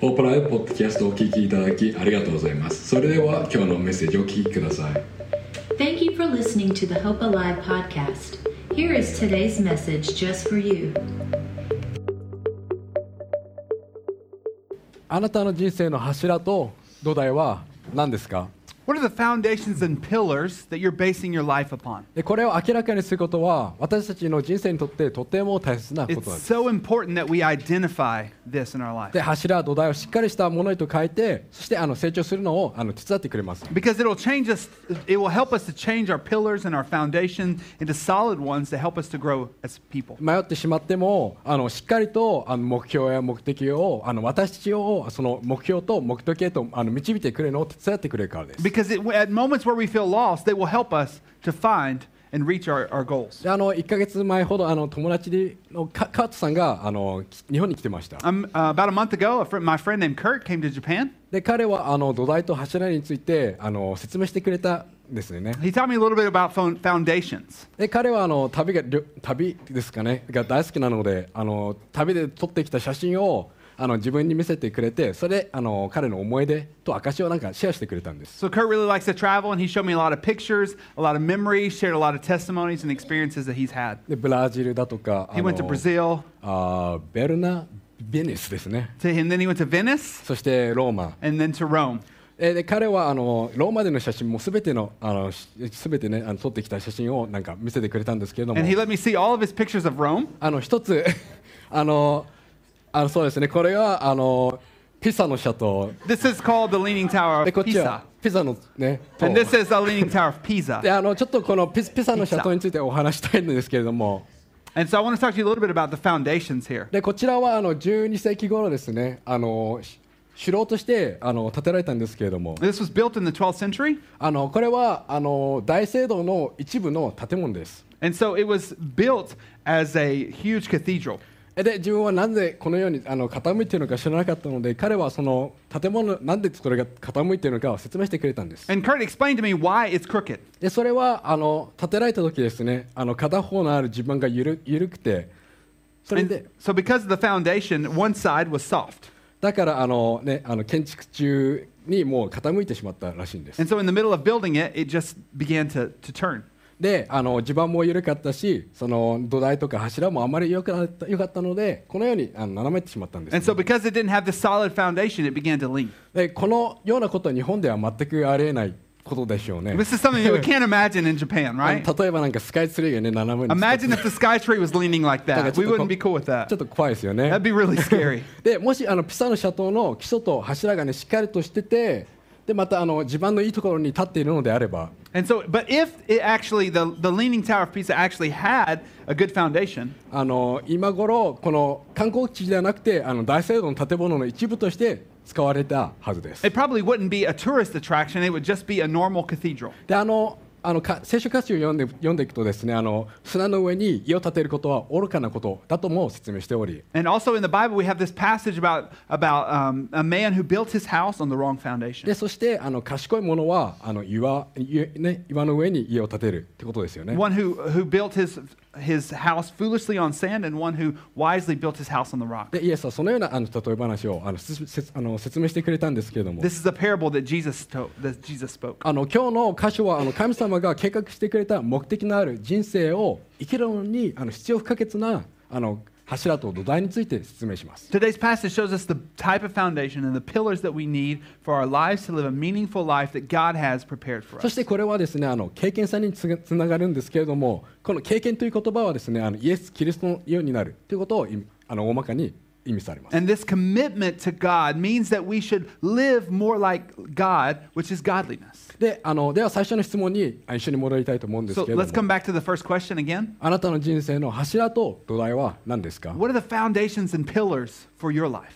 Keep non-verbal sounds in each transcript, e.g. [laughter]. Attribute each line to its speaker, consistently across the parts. Speaker 1: ポープライブポッドキャストをお聞きいただきありがとうございますそれでは今日のメッセージをお聞きください
Speaker 2: Thank you for listening to the Hope Alive podcast. Here is today's message just for you.
Speaker 3: あなたの人生の柱と土台は何ですか
Speaker 4: What are the foundations and pillars that you're basing your life upon?
Speaker 3: でこれを明らかにすることは私たちの人生にとってとても大切なことなん
Speaker 4: It's
Speaker 3: です。
Speaker 4: so important that we identify this in our life
Speaker 3: で柱、土台をしっかりしたものへと変えてそしてあの成長するのをあの手伝ってくれます。
Speaker 4: because it'll change us, it will help us to change our pillars and our foundation into solid ones to help us to grow as people.
Speaker 3: 迷ってしまってもあのしっかりとあの目標や目的をあの私たちをその目標と目的へとあの導いてくれるのを手伝ってくれるからです。
Speaker 4: Because it, at moments where we feel lost, they will help us to find and reach our, our goals.
Speaker 3: であの1ヶ月前ほどあの友達でのカカートさんがあのき日本に来てました。
Speaker 4: Um, uh, about a month ago, a fri my friend named Kurt came to Japan.
Speaker 3: で彼はあの土台と柱についてあの説明してくれたんですよね。
Speaker 4: He taught me a little bit about fo- foundations.
Speaker 3: で彼はあの旅が旅旅ですかねが大好きなのであの旅で撮ってきた写真をあの自分に見せてくれてそれであの彼の思い出と証をなんかシェアしてくれたんです。
Speaker 4: So Kurt really likes to travel, and he showed me a lot of pictures, a lot of memories, shared a lot of testimonies and experiences that he's had.
Speaker 3: でブラジルだとか
Speaker 4: He
Speaker 3: あ
Speaker 4: went to
Speaker 3: の
Speaker 4: Brazil,
Speaker 3: あーベルナ・ベニスですね
Speaker 4: to, and then he went to Venice,
Speaker 3: そしてローマ
Speaker 4: and then to Rome.
Speaker 3: えで彼はあのローマでの写真もすべてのあのし全てねあの撮ってきた写真をなんか見せてくれたんですけれども
Speaker 4: And he let me see all of his pictures of Rome.
Speaker 3: あの一つ [laughs] あのあのそうですねこれはあのピサの斜塔
Speaker 4: This is called the Leaning Tower
Speaker 3: で
Speaker 4: of
Speaker 3: こっちは
Speaker 4: Pisa.
Speaker 3: ピザのね塔
Speaker 4: And this
Speaker 3: で
Speaker 4: is the Leaning Tower of Pisa.
Speaker 3: あのちょっとこのピスピサの斜塔についてお話したいんですけれども
Speaker 4: And so I want to talk to you a little bit about the foundations here.
Speaker 3: でこちらはあの12世紀頃ですねあのし首楼としてあの建てられたんですけれども
Speaker 4: This was built in the 12th century.
Speaker 3: あのこれはあの大聖堂の一部の建物です
Speaker 4: And so it was built as a huge cathedral.
Speaker 3: えで自分はなんでこのようにあの傾いているのか知らなかったので彼はその建物なんでこれが傾いているのかを説明してくれたんです
Speaker 4: And Kurt explained to me why it's crooked.
Speaker 3: でそれはあの建てられた時ですねあの片方のある地盤がゆる緩くてそれ
Speaker 4: And
Speaker 3: で
Speaker 4: so because of the foundation, one side was soft.
Speaker 3: だからあの、ね、あの建築中にもう傾いてしまったらしいんです
Speaker 4: And so in the middle of building it, it just began to, to turn.
Speaker 3: であの地盤も緩かったしその土台とか柱もあまり良くなった良かったのでこのようにあの斜めてしまったんですね、
Speaker 4: And so because it didn't have this solid foundation, it began to lean.
Speaker 3: でこのようなことは日本では全くありえないことでしょうね
Speaker 4: This is something that we can't imagine in Japan,
Speaker 3: あ
Speaker 4: right?
Speaker 3: の例えばなんかスカイツリーがね斜めに
Speaker 4: Imagine if the sky tree was leaning like
Speaker 3: だから
Speaker 4: that.
Speaker 3: ちょ
Speaker 4: We
Speaker 3: っとこ
Speaker 4: wouldn't be cool with
Speaker 3: ちょ
Speaker 4: that.
Speaker 3: っと怖いですよね
Speaker 4: That'd be really scary.
Speaker 3: でもしあのピサの斜塔の基礎と柱がねしっかりとしててでまたあの地盤のいいところに立っているのであれば
Speaker 4: And so, but if it actually, the, the Leaning Tower of Pisa actually had a good foundation,
Speaker 3: あの今頃この観光地ではなくてあの大聖堂の建物の一部として使われたはずです
Speaker 4: it probably wouldn't be a tourist attraction. It would just be a normal cathedral.
Speaker 3: であのあのか聖書歌詞を読んで読んでいくとですねあの砂の上に家を建てることは愚かなことだとも説明しており
Speaker 4: And also in the Bible, we have this passage about, about um, a man who built his house on the wrong
Speaker 3: で
Speaker 4: foundation.
Speaker 3: そしてあの賢い者はあの岩岩,、ね、岩の上に家を建てるってことですよね
Speaker 4: One who, who built his, his house foolishly on sand, and one who wisely built his house on the rock.
Speaker 3: でイエスはそのようなあの例え話をあの説説あの説明してくれたんですけれども
Speaker 4: This is a parable that Jesus, to- that Jesus spoke.
Speaker 3: あの今日の箇所はあの神様が計画してくれた目的のある人生を生きるのにあの必要不可欠なあの柱と土台について説明します。
Speaker 4: Today's passage shows us the type of foundation and the pillars that we need for our lives to live a meaningful life that God has prepared for
Speaker 3: そし
Speaker 4: us.
Speaker 3: てこれはですねあの経験さにつがつながるんですけれどもこの経験という言葉はですねあのイエス・キリストのようになるということをいあの大まかに意味されます。
Speaker 4: And this commitment to God means that we should live more like God, which is godliness.
Speaker 3: であのでは最初の質問にあ一緒に戻りたいと思うんです
Speaker 4: So
Speaker 3: けれど
Speaker 4: let's
Speaker 3: も
Speaker 4: come back to the first question again.
Speaker 3: あなたの人生の柱と土台は何ですか
Speaker 4: What are the foundations and pillars for your life?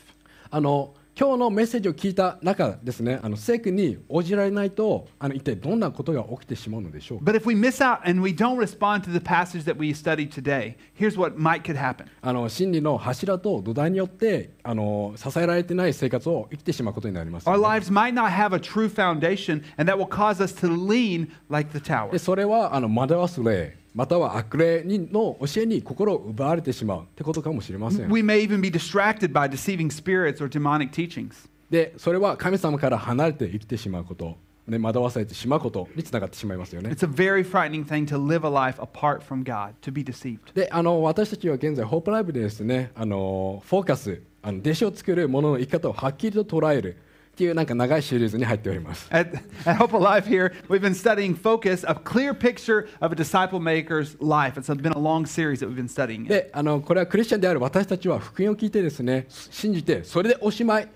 Speaker 3: あの今日のメッセージを聞いた中ですね、あの聖句に応じられないと、あの一体どんなことが起きてしまうのでしょうか。
Speaker 4: But if we miss out and we don't respond to the passage that we studied today, here's what might could happen.
Speaker 3: あの真理の柱と土台によってあの支えられてない生活を生きてしまうことになりますよ
Speaker 4: Our
Speaker 3: ね、
Speaker 4: lives might not have a true foundation, and that will cause us to lean like the tower.
Speaker 3: でそれはあの惑わす例または悪霊にの教えに心を奪われてしまうってことかもしれません
Speaker 4: We may even be distracted by deceiving spirits or demonic teachings.
Speaker 3: でそれは神様から離れて生きてしまうこと、ね、惑わされてしまうことにつながってしまいますよね
Speaker 4: It's a very frightening thing to live a life apart from God, to be deceived.
Speaker 3: であの私たちは現在ホープライブでですねあのフォーカスあの弟子を作る者の生き方をはっきりと捉えるっていうなんか長いシリーズに入っております
Speaker 4: At, at Hope Alive here, we've been studying Focus, a clear picture of a disciple maker's life. It's been a long series that we've been studying. it.
Speaker 3: であのこれはクリスチャンである私たちは福音を聞いてですね信じてそれでおしまいっ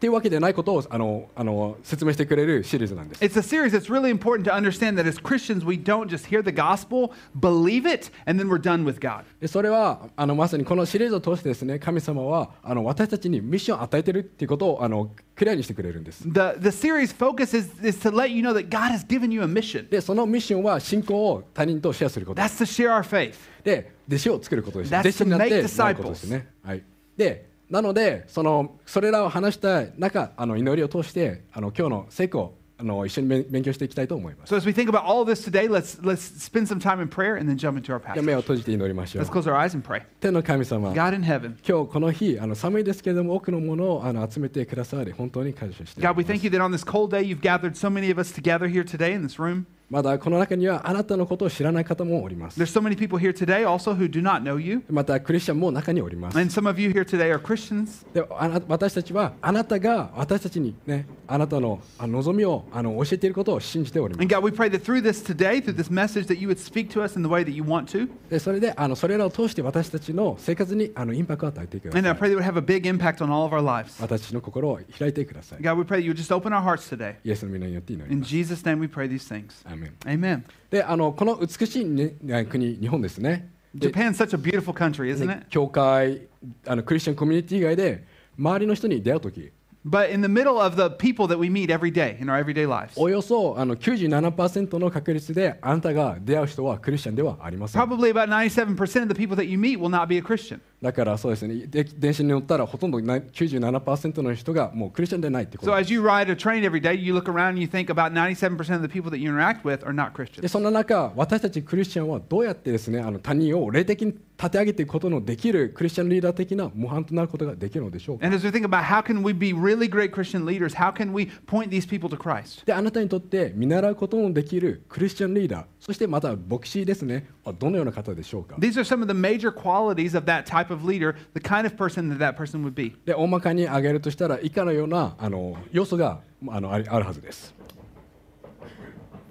Speaker 3: ていうわけでないことをあのあの説明してくれるシリーズなんです
Speaker 4: It's a series that's really important to understand that as Christians, we don't just hear the gospel, believe it, and then we're done with God.
Speaker 3: でそれはあのまさにこのシリーズを通してですね神様はあの私たちにミッションを与えてるっていうことをあのクリアにしてくれるんです
Speaker 4: The, the series focus is, is to let you know that God has given you a mission.
Speaker 3: でそのミッションは信仰を他人とシェアすること
Speaker 4: That's to share our faith.
Speaker 3: で弟子を作ることです
Speaker 4: That's to
Speaker 3: 弟子になって
Speaker 4: make
Speaker 3: なることですね、はい、でなのでそのそれらを話した中あの祈りを通してあの今日の成功あの一緒に勉勉強していきたいと思います
Speaker 4: So as we think about all this today, let's, let's spend some time in prayer and then jump into our
Speaker 3: じゃあ目を
Speaker 4: passage.
Speaker 3: 閉じて祈りましょう
Speaker 4: Let's close our eyes and pray.
Speaker 3: 天の神様
Speaker 4: God in heaven,
Speaker 3: 今日この日あの寒いですけれども多くのものをあの集めてくださり本当に感謝してい
Speaker 4: God,
Speaker 3: ま
Speaker 4: we
Speaker 3: す
Speaker 4: thank you that on this cold day, you've gathered so many of us together here today in this room.
Speaker 3: まだこの中にはあなたのことを知らない方もおります
Speaker 4: There's so many people here today also who do not know you.
Speaker 3: またクリスチャンも中におります
Speaker 4: And some of you here today are Christians.
Speaker 3: であな私たちはあなたが私たちにねあなたのあの望みをあの教えていることを信じております
Speaker 4: And God, we pray that through this today, through this message, that you would speak to us in the way that you want to.
Speaker 3: でそれであのそれらを通して私たちの生活にあのインパクトを与えてくだ
Speaker 4: And
Speaker 3: さ
Speaker 4: I
Speaker 3: い
Speaker 4: pray that it would have a big impact on all of our lives.
Speaker 3: 私たちの心を開いてください
Speaker 4: God, we pray that you would just open our hearts today.
Speaker 3: イエスの皆によって祈り
Speaker 4: In
Speaker 3: ます
Speaker 4: Jesus' name we pray these things.
Speaker 3: アーメン
Speaker 4: Amen.
Speaker 3: であのこの美しい、ね、ね国日本ですねで
Speaker 4: Japan's such a beautiful country, isn't
Speaker 3: ね
Speaker 4: it?
Speaker 3: 教会あのクリスチャンコミュニティ以外で周りの人に出会う時
Speaker 4: But in the middle of the people that we meet every day in our everyday lives,
Speaker 3: およそあの97%の確率であなたが出会う人はクリスチャンではありません
Speaker 4: probably about 97% of the people that you meet will not be a Christian.
Speaker 3: だからそうですねで電車に乗ったらほとんどな97%の人がもうクリスチャンでないってこ
Speaker 4: So
Speaker 3: と
Speaker 4: as you ride a train every day, you look around and you think about 97% of the people that you interact with are not
Speaker 3: で
Speaker 4: Christians.
Speaker 3: そんな中、私たちクリスチャンはどうやってですねあの他人を霊的に立て上げていくことのできるクリスチャンリーダー的な模範となることができるのでしょうか
Speaker 4: And as we think about how can we be really great Christian leaders, how can we point these people to Christ?
Speaker 3: であなたにとって見習うことのできるクリスチャンリーダー、そしてまた牧師ですね、はどのような方でしょうか
Speaker 4: These are some of the major qualities of that type of leader, the kind of person that that person would be.
Speaker 3: で大まかに挙げるとしたら以下のようなあの要素があのありあるはずです。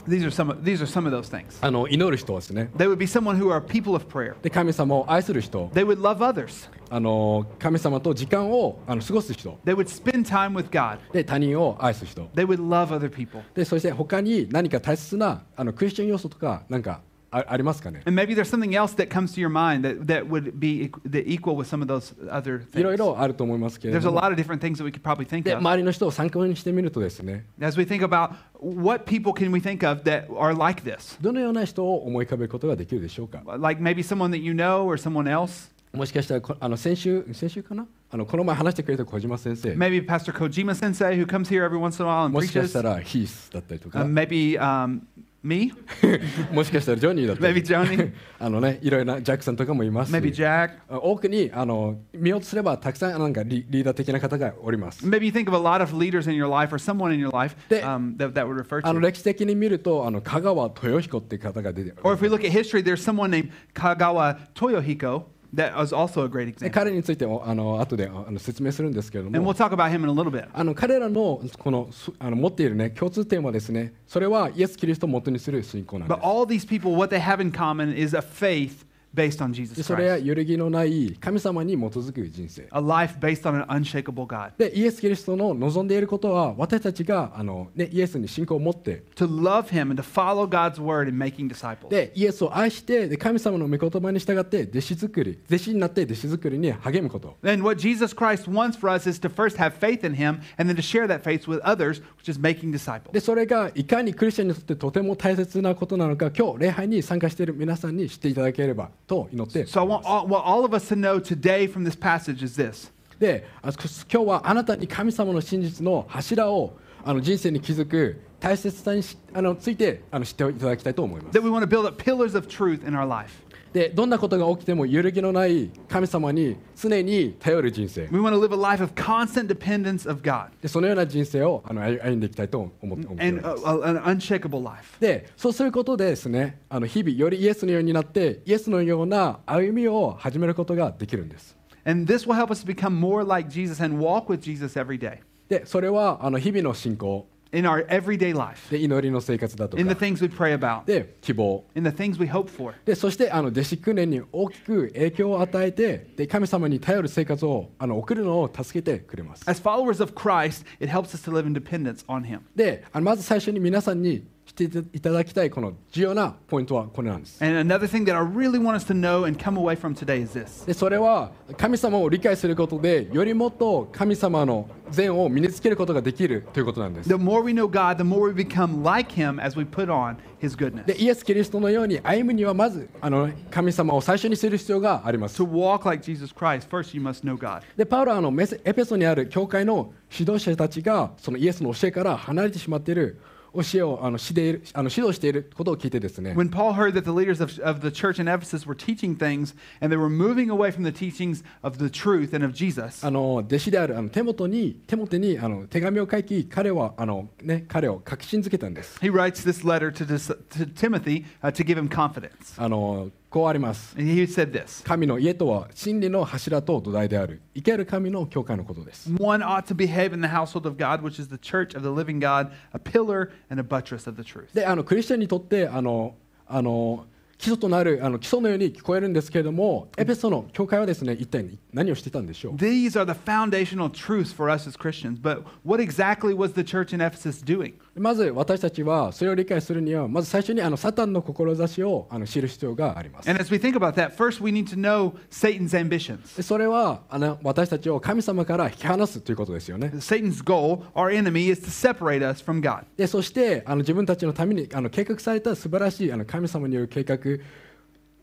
Speaker 4: These are some of, these are some of those things.
Speaker 3: あの祈る人ですね。
Speaker 4: They would be someone who are people of prayer.
Speaker 3: で神様を愛する人、
Speaker 4: They would love others.
Speaker 3: あの神様と時間をあの過ごす人、
Speaker 4: They would spend time with God.
Speaker 3: で他人を愛す人。
Speaker 4: They would love other people.
Speaker 3: でそして他に何か大切なあのクリスチャン要素とかなんかあありますかね
Speaker 4: And maybe there's something else that comes to your mind that, that would be equ- that equal with some of those other
Speaker 3: いろい
Speaker 4: things.
Speaker 3: ろあると思いますけれ
Speaker 4: There's a
Speaker 3: ども
Speaker 4: lot of different things that we could probably think
Speaker 3: で
Speaker 4: of.
Speaker 3: 周りの人を参考にしてみるとですね
Speaker 4: As we think about what people can we think of that are like this?
Speaker 3: どのような人を思い浮かべることができるでしょうか
Speaker 4: Like maybe someone that you know or someone else.
Speaker 3: もしかしたらこあの先週先週かなあのこの前話してくれた小島先生
Speaker 4: Maybe Pastor Kojima Sensei who comes here every once in a while and
Speaker 3: もしかし
Speaker 4: preaches.
Speaker 3: たらヒースだったりと
Speaker 4: Uh,
Speaker 3: か
Speaker 4: maybe um, me,
Speaker 3: [laughs] もしかしたらジョニーだった
Speaker 4: maybe
Speaker 3: り
Speaker 4: Joni,
Speaker 3: [laughs] あのねいろいろなジャックさんとかもいます
Speaker 4: maybe
Speaker 3: し
Speaker 4: Jack.
Speaker 3: 多くにあの見ようとすればたくさんなんかリリーダー的な方がおります
Speaker 4: Maybe you think of a lot of leaders in your life or someone in your life
Speaker 3: That-
Speaker 4: um, that, that would refer
Speaker 3: あの
Speaker 4: to.
Speaker 3: 歴史的に見るとあの香川豊彦って方が出て
Speaker 4: Or if we look at history, there's someone named Kagawa Toyohiko that is also a great
Speaker 3: で
Speaker 4: example.
Speaker 3: 彼についてもあの後であの説明するんですけれど
Speaker 4: And
Speaker 3: も
Speaker 4: we'll talk about him in a little bit.
Speaker 3: あの彼らのこのすあの持っている、ね、共通点はですねそれはイエス・キリストを元にする信仰なんで
Speaker 4: But all these people, what they have in common is a faith based on
Speaker 3: すで
Speaker 4: Jesus
Speaker 3: それは
Speaker 4: Christ,
Speaker 3: 揺るぎのない神様に基づく人生
Speaker 4: a life based on an unshakable God.
Speaker 3: でイエス・キリストの望んでいることは私たちがあの、ね、イエスに信仰を持って
Speaker 4: To love him and to follow God's word in making disciples.
Speaker 3: でイエスを愛してで神様の御言葉に従って弟子作り弟子になって弟子作りに励むこと
Speaker 4: And what Jesus Christ wants for us is to first have faith in him and then to share that faith with others, which is making disciples.
Speaker 3: でそれがいかにクリスチャンにとってとても大切なことなのか今日礼拝に参加している皆さんに知っていただければと祈っております
Speaker 4: So I want all, what all of us to know today from this passage is this.
Speaker 3: であ今日はあなたに神様の真実の柱をあの人生に気づく大切さにしあのついてあの知っていただきたいと思います
Speaker 4: that we want to build up pillars of truth in our life.
Speaker 3: でどんなことが起きても揺るぎのない神様に常に頼る人生
Speaker 4: We want to live a life of constant dependence of God
Speaker 3: でそのような人生をあの歩歩んでいきたいと思って思っており
Speaker 4: and a,
Speaker 3: ます
Speaker 4: a- an unshakable life.
Speaker 3: でそうすることでですねあの日々よりイエスのようになってイエスのような歩みを始めることができるんです
Speaker 4: And this will help us to become more like Jesus and walk with Jesus every day
Speaker 3: でそれはあの日々の信仰
Speaker 4: in our everyday life,
Speaker 3: で祈りの生活だと
Speaker 4: in the
Speaker 3: か
Speaker 4: things we pray about,
Speaker 3: で希望
Speaker 4: in the things we hope for.
Speaker 3: でそしてあの弟子訓練に大きく影響を与えてで神様に頼る生活をあの送るのを助けてくれます
Speaker 4: As followers of Christ, it helps us to live in dependence on Him.
Speaker 3: であのまず最初に皆さんにしていただきたいこの重要なポイントはこれなんです
Speaker 4: And another thing that I really want us to know and come away from today is this
Speaker 3: でそれは神様を理解することでよりもっと神様の善を身につけることができるということなんです
Speaker 4: the more we know God, the more we become like Him as we put on His
Speaker 3: で
Speaker 4: goodness.
Speaker 3: イエス・キリストのように歩むにはまずあの神様を最初にする必要があります
Speaker 4: To walk like Jesus Christ, first you must know God.
Speaker 3: でパウロはあのメセエペソにある教会の指導者たちがそのイエスの教えから離れてしまっている教えをあの指でいるあの指導していることを聞いてですね
Speaker 4: When Paul heard that the leaders of, of the church in Ephesus were teaching things and they were moving away from the teachings of the truth and of Jesus,
Speaker 3: あの弟子であるあのテモテにテモテにあの手紙を書き彼はあの、ね、彼を確信づけたんです
Speaker 4: he writes this letter to, dis- to Timothy uh, to give him confidence.
Speaker 3: あのこうあります
Speaker 4: And he said this
Speaker 3: 神の家とは真理の柱と土台である生ける神の教会のことです
Speaker 4: One ought to behave in the household of God, which is the church of the living God, a pillar and a buttress of the truth.
Speaker 3: であのクリスチャンにとってあのあの基礎となるあの基礎のように聞こえるんですけれどもエペソの教会はですね一体何をしてたんでしょう
Speaker 4: These are the foundational truths for us as Christians. But what exactly was the church in Ephesus doing?
Speaker 3: まず私たちはそれを理解するにはまず最初にあのサタンの志をあの知る必要があります
Speaker 4: And as we think about that, first we need to know Satan's ambitions.
Speaker 3: でそれはあの私たちを神様から引き離すということですよね
Speaker 4: Satan's goal, our enemy, is to separate us from God.
Speaker 3: でそしてあの自分たちのためにあの計画された素晴らしいあの神様による計画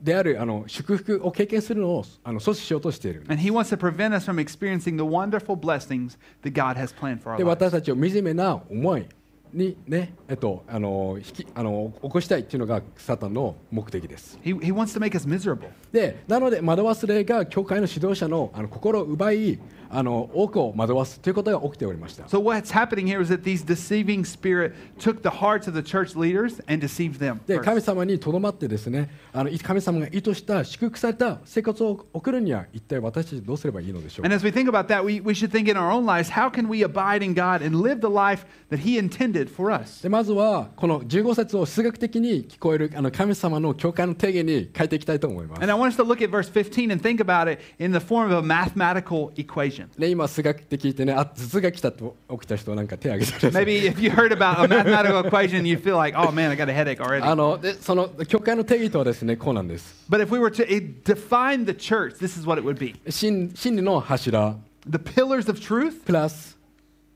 Speaker 3: であるあの祝福を経験するのをあの阻止しようとしている
Speaker 4: And he wants to prevent us from experiencing the wonderful blessings that God has planned for our
Speaker 3: で
Speaker 4: lives.
Speaker 3: 私たちを惨めな思いにねえっとあの引きあの起こしたいっていうのがサタンの目的です
Speaker 4: He, he wants to make us miserable.
Speaker 3: でなので惑わす霊が教会の指導者のあの心を奪いあの多くを惑わすということが起きておりました
Speaker 4: So what's happening here is that these deceiving spirit took the hearts of the church leaders and deceived them.
Speaker 3: で
Speaker 4: first.
Speaker 3: 神様にとどまってですねあのい神様が意図した祝福された生活を送るには一体私たちどうすればいいのでしょう
Speaker 4: And
Speaker 3: か
Speaker 4: as we think about that, we, we should think in our own lives, how can we abide in God and live the life that he intended for us?
Speaker 3: でまずはこの15節を数学的に聞こえるあの神様の教会の定義に変えていきたいと思います
Speaker 4: And I want us to look at verse 15 and think about it in the form of a mathematical equation.
Speaker 3: ね、今数学って聞いてねあ頭痛が来たと起きた人なんか手挙げてください
Speaker 4: Maybe if you heard about a mathematical equation, you feel like, oh man, I got a headache
Speaker 3: あ
Speaker 4: already.
Speaker 3: のでその教会の定義とはですねこうなんです
Speaker 4: But if we were to eh, define the church, this is what it would be.
Speaker 3: 真真理の柱
Speaker 4: the pillars of truth
Speaker 3: プラス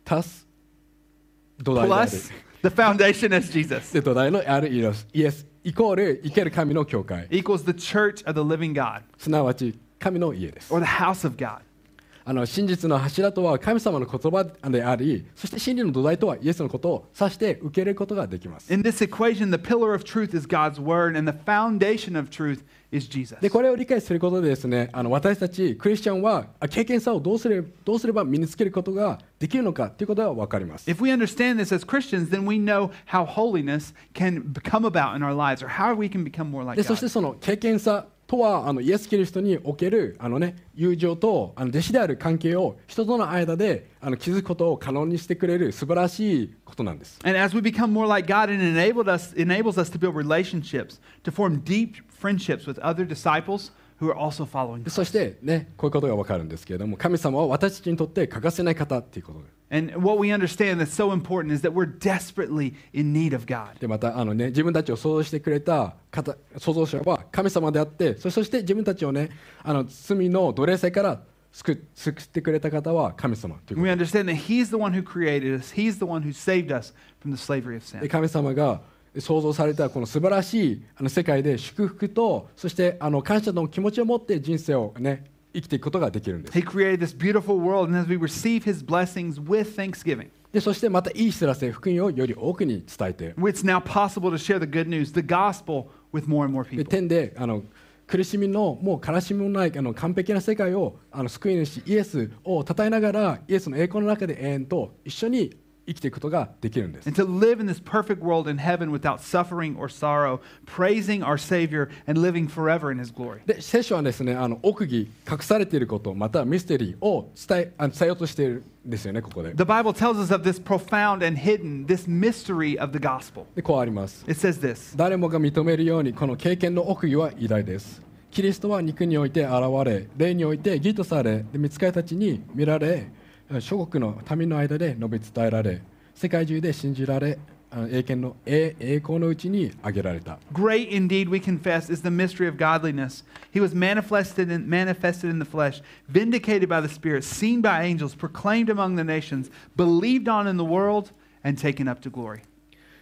Speaker 3: 足す土台である
Speaker 4: plus the foundation as Jesus
Speaker 3: で土台のあるイエスイエスイコール生ける神の教会
Speaker 4: equals the church of the living God
Speaker 3: すなわち神の家です
Speaker 4: or the house of God.
Speaker 3: あの真実の柱とは神様の言葉でありそして真理の土台とはイエスのことを指して受け入れることができます
Speaker 4: In this equation, the pillar of truth is God's word and the foundation of truth is Jesus.
Speaker 3: でこれを理解することでですねあの私たちクリスチャンはあ経験さをどうすれどうすれば身につけることができるのかということが分かります
Speaker 4: If we understand this as Christians, then we know how holiness can come about in our lives or how we can become more like
Speaker 3: でそして
Speaker 4: God.
Speaker 3: その経験さとはあのイエス・キリストにおけるあの、ね、友情とあの弟子である関係を人との間であの築くことを可能にしてくれる素晴らしいことなんです
Speaker 4: And as we become more like God, it enabled us, enables us to build relationships, to form deep friendships with other disciples who are also following
Speaker 3: で
Speaker 4: Christ.
Speaker 3: そして、ね、こういうことが分かるんですけれども神様は私たちにとって欠かせない方っていうこと
Speaker 4: And what we understand that's so important is that we're desperately in need of God.
Speaker 3: でまたあの、ね、自分たちを創造してくれた方創造者は神様であってそそして自分たちを、ね、あの罪の奴隷性から救っ救ってくれた方は神様というこ
Speaker 4: And we understand that He's the one who created us, He's the one who saved us from the slavery of
Speaker 3: とで
Speaker 4: sin.
Speaker 3: 神様が創造されたこの素晴らしいあの世界で祝福とそしてあの感謝の気持ちを持って人生を、ね、生きていくことができるんです
Speaker 4: He created this beautiful world, and as we receive His blessings with thanksgiving,
Speaker 3: ででそしてまたいい知らせ福音をより多くに伝えて
Speaker 4: It's now possible to share the good news, the gospel, with more and more
Speaker 3: で
Speaker 4: people.
Speaker 3: 天であの苦しみのもう悲しみもないあの完璧な世界をあの救い主イエスを称えながらイエスの栄光の中で永遠と一緒に生きていくことができるんです
Speaker 4: And to live in this perfect world in heaven without suffering or sorrow, praising our Savior and living forever in His glory.
Speaker 3: で聖書はですねあの奥義隠されていることまたはミステリーを伝えあの伝えようとしているんですよねここで
Speaker 4: The Bible tells us of this profound and hidden, this mystery of the gospel.
Speaker 3: でこうあります
Speaker 4: It says this
Speaker 3: 誰もが認めるようにこの経験の奥義は偉大ですキリストは肉において現れ霊において義とされで見つかいたちに見られ諸国の民の間で述べ伝えられ世界中で信じられあ栄光の栄栄光のうちに挙げられた
Speaker 4: Great indeed, we confess, is the mystery of godliness. He was manifested in, manifested in the flesh, vindicated by the Spirit, seen by angels, proclaimed among the nations, believed on in the world, and taken up to glory.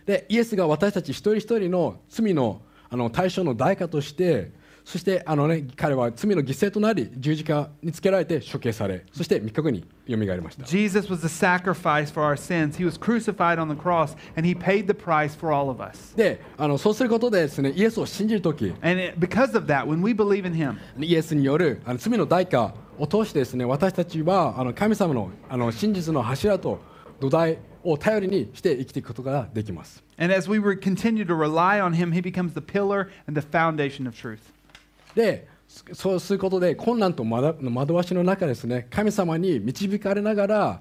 Speaker 3: でイエスが私たち一人一人の罪のあの対象の代価としてそしてあの、ね、彼は罪の犠牲となり十字架につけられて処刑されそして3日後によみがえりました
Speaker 4: Jesus was the sacrifice for our sins. He was crucified on the cross, and He paid the price for all of us.
Speaker 3: であのそうすることでです、ね、イエスを信じるとき
Speaker 4: And it, because of that, when we believe in Him,
Speaker 3: イエスによるあの罪の代価を通してですね私たちはあの神様のあの真実の柱と土台を頼りにして生きていくことができます。
Speaker 4: and as we re- continue to rely on Him, He becomes the pillar and the foundation of truth.
Speaker 3: でそそうすることで困難とまだ惑わしの中ですね神様に導かれながら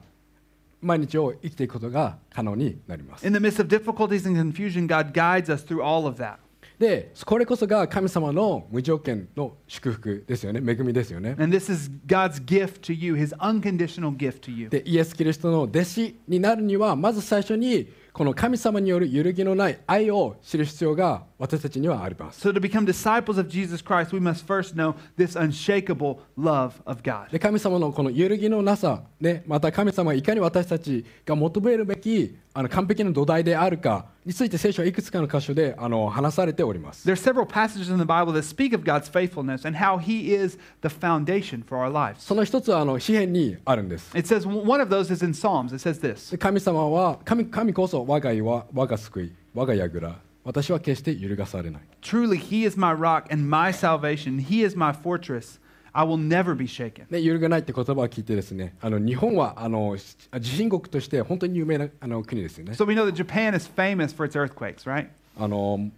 Speaker 3: 毎日を生きていくことが可能になります。
Speaker 4: In the midst of difficulties and confusion, God guides us through all of that.
Speaker 3: でこれこそが神様の無条件の祝福ですよね恵みですよね。
Speaker 4: And this is God's gift to you, His unconditional gift to you.
Speaker 3: でイエス・キリストの弟子になるにはまず最初にこの神様による揺るぎのない愛を知る必要が私たちにはあります
Speaker 4: So, to become disciples of Jesus Christ, we must first know this unshakable love of God.
Speaker 3: で神様のこの揺るぎのなさ、ね、また神様はいかに私たちが求めるべきあの完璧な土台であるかについて聖書はいくつかの箇所であの話されております
Speaker 4: There are several passages in the Bible that speak of God's faithfulness and how He is the foundation for our lives.
Speaker 3: その一つはあの詩篇にあるんです
Speaker 4: It says one of those is in Psalms. It says this
Speaker 3: で神様は神神こそ我が岩我が救い我が櫓私は決して揺るがされない
Speaker 4: Truly, He is my rock and my salvation. He is my fortress. I will never be shaken.
Speaker 3: ね、揺るがないって言葉を聞いてですねあの日本はあのし地震国として本当に有名なあの国ですよね
Speaker 4: So, we know that Japan is famous for its earthquakes, right?
Speaker 3: あの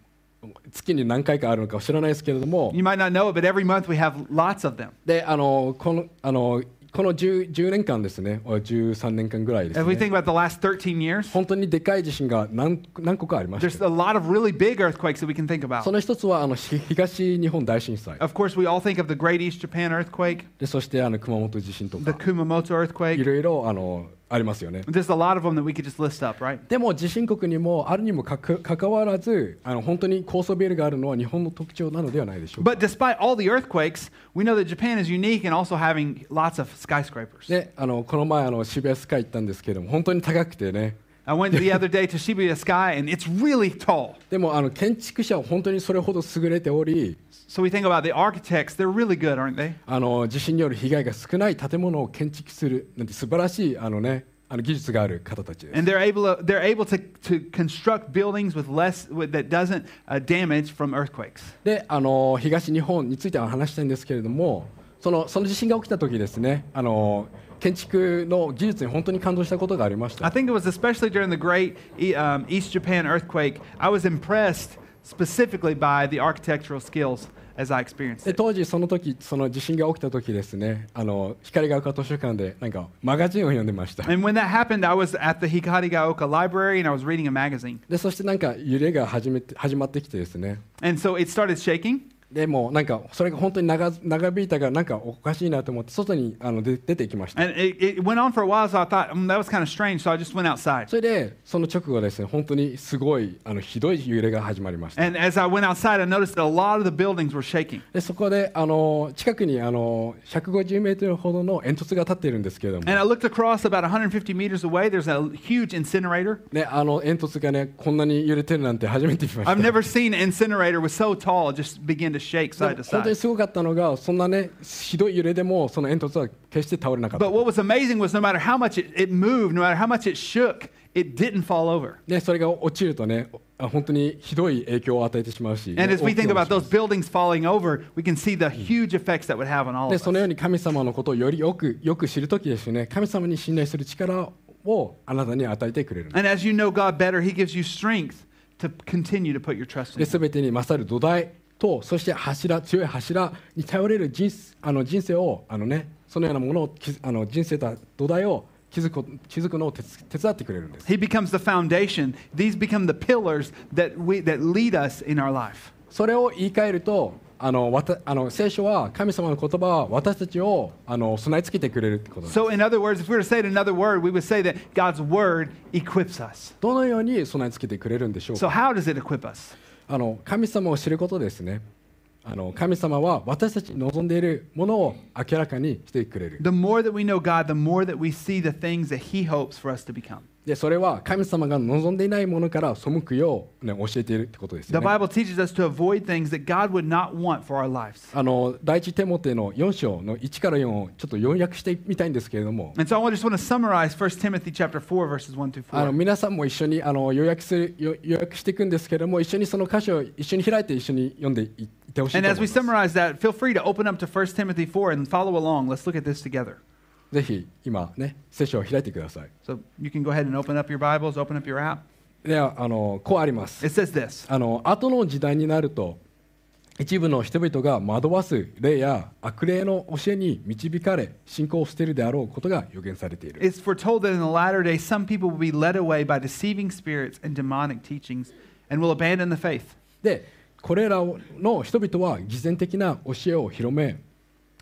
Speaker 3: 月に何回かあるのか知らないですけれども
Speaker 4: You might not know it, but every month we have lots of them.
Speaker 3: であのこのあのこの 10, 10年間ですねお13年間ぐらいで
Speaker 4: If
Speaker 3: す
Speaker 4: we
Speaker 3: ね
Speaker 4: think about the last 13 years,
Speaker 3: 本当にでかい地震が何何個かありまし
Speaker 4: There's
Speaker 3: た
Speaker 4: a lot of really big earthquakes that we can think
Speaker 3: そ
Speaker 4: about.
Speaker 3: の一つはあのひ東日本大震災
Speaker 4: Of course, we all think of the Great East Japan earthquake,
Speaker 3: でそしてあの熊本地震と
Speaker 4: the
Speaker 3: か
Speaker 4: Kumamoto
Speaker 3: い
Speaker 4: earthquake.
Speaker 3: ろいろあのありますよね
Speaker 4: There's a lot of them that we could just list up, right?
Speaker 3: でも地震国にもあるにもかくかかわらずあの本当に高層ビルがあるのは日本の特徴なのではないでしょうか
Speaker 4: But despite all the earthquakes, we know that Japan is unique in also having lots of skyscrapers.
Speaker 3: であのこの前あの渋谷スカイ行ったんですけれども本当に高くてね
Speaker 4: I went the other day to Shibuya Sky, and it's really tall.
Speaker 3: でもあの建築者は本当にそれほど優れており
Speaker 4: So we think about the architects, they're really good, aren't they?
Speaker 3: あの地震による被害が少ない建物を建築するなんて素晴らしいあの、ね、あの技術がある方たちです
Speaker 4: And they're able, to, they're able to, to construct buildings with less, with, that doesn't uh, damage from earthquakes.
Speaker 3: であの東日本については話したいんですけれどもそのその地震が起きた時ですねあの建築の技術に本当に感動したことがありまし
Speaker 4: I
Speaker 3: た
Speaker 4: think it was especially during the great E- um, East Japan earthquake. I was impressed specifically by the architectural skills as I experienced
Speaker 3: で
Speaker 4: it.
Speaker 3: 当時その時その地震が起きた時ですねあの光が丘図書館でなんかマガジンを読んでました
Speaker 4: And when that happened, I was at the Hikarigaoka Library and I was reading a magazine.
Speaker 3: でそしてなんか揺れが始めて始まってきてですね
Speaker 4: And so it started shaking.
Speaker 3: でもうなんかそれが本当に長長引いたからなんかおかしいなと思って外にあので出ていきました
Speaker 4: And it, it went on for a while, so I thought "Mm, that was kind of strange. So I just went outside.
Speaker 3: それでその直後ですね本当にすごいあのひどい揺れが始まりました
Speaker 4: And as I went outside, I noticed that a lot of the buildings were shaking.
Speaker 3: でそこであの近くにあの150メートルほどの煙突が立っているんですけれども
Speaker 4: And I looked across about 150 meters away. There's a huge incinerator.
Speaker 3: ねあの煙突がねこんなに揺れてるなんて初めて見まし
Speaker 4: I've
Speaker 3: た
Speaker 4: never seen an incinerator was so tall, it just began to just shake
Speaker 3: でも本当
Speaker 4: side to side.
Speaker 3: にすごかったのがそんなねひどい揺れでもその煙突は決して倒れなかった
Speaker 4: But what was amazing was no matter how much it, it moved, no matter how much it shook, it didn't fall over.
Speaker 3: でそれが落ちるとねあ本当にひどい影響を与えてしまうし、
Speaker 4: And as we
Speaker 3: 大き
Speaker 4: think
Speaker 3: な
Speaker 4: about those buildings falling over, we can see the huge effects that would have on all
Speaker 3: で
Speaker 4: of
Speaker 3: そのよう
Speaker 4: us.
Speaker 3: に神様のことをよりよくよく知るときですよね神様に信頼する力をあなたに与えてくれる
Speaker 4: And as you know God better, He gives you strength to continue to put your trust
Speaker 3: で
Speaker 4: in Him.
Speaker 3: 全てに勝る土台とそして柱強い柱に頼れる人あの人生をあの、ね、そのようなものをきあの人生と土台を築く築くのを手つ手伝ってくれるんです
Speaker 4: He becomes the foundation. These become the pillars that, we, that lead us in our life.
Speaker 3: それを言い換えるとあのわたあの聖書は神様の言葉は私たちをあの備え付けてくれるってことです
Speaker 4: So, in other words, if we were to say it in another word, we would say that God's word equips us.
Speaker 3: どのように備え付けてくれるんでしょうか
Speaker 4: So, how does it equip us?
Speaker 3: あの神様を知ることですねあの神様は私たちに望んでいるものを明らかにしてくれる
Speaker 4: The more that we know God, the more that we see the things that He hopes for us to become.
Speaker 3: でそれは神様が望んでいないものから背くよう、ね、教えているってことです
Speaker 4: The
Speaker 3: よね。
Speaker 4: Bible teaches us to avoid things that God would not want for our lives.
Speaker 3: あの第一テモテの4章の1から4をちょっと要約してみたいんですけれども
Speaker 4: And so I just want to summarize 1 Timothy chapter 4 verses 1 through
Speaker 3: あの
Speaker 4: 4.
Speaker 3: 皆さんも一緒にあの要約するよ要約していくんですけれども一緒にその箇所を一緒に開いて一緒に読んでいいってほしいと
Speaker 4: And
Speaker 3: 思い
Speaker 4: as we
Speaker 3: ます。
Speaker 4: summarize that, feel free to open up to 1 Timothy 4 and follow along. Let's look at this together.
Speaker 3: ぜひ今ね聖書を開いてください。
Speaker 4: So you can go ahead and open up your Bibles, open up your app.
Speaker 3: ではあのこうあります。
Speaker 4: It says this
Speaker 3: あの後の時代になると一部の人々が惑わす霊や悪霊の教えに導かれ信仰を捨てるであろうことが予言されている
Speaker 4: It's foretold that in the latter day, some people will be led away by deceiving spirits and demonic teachings and will abandon the faith.
Speaker 3: でこれらの人々は偽善的な教えを広め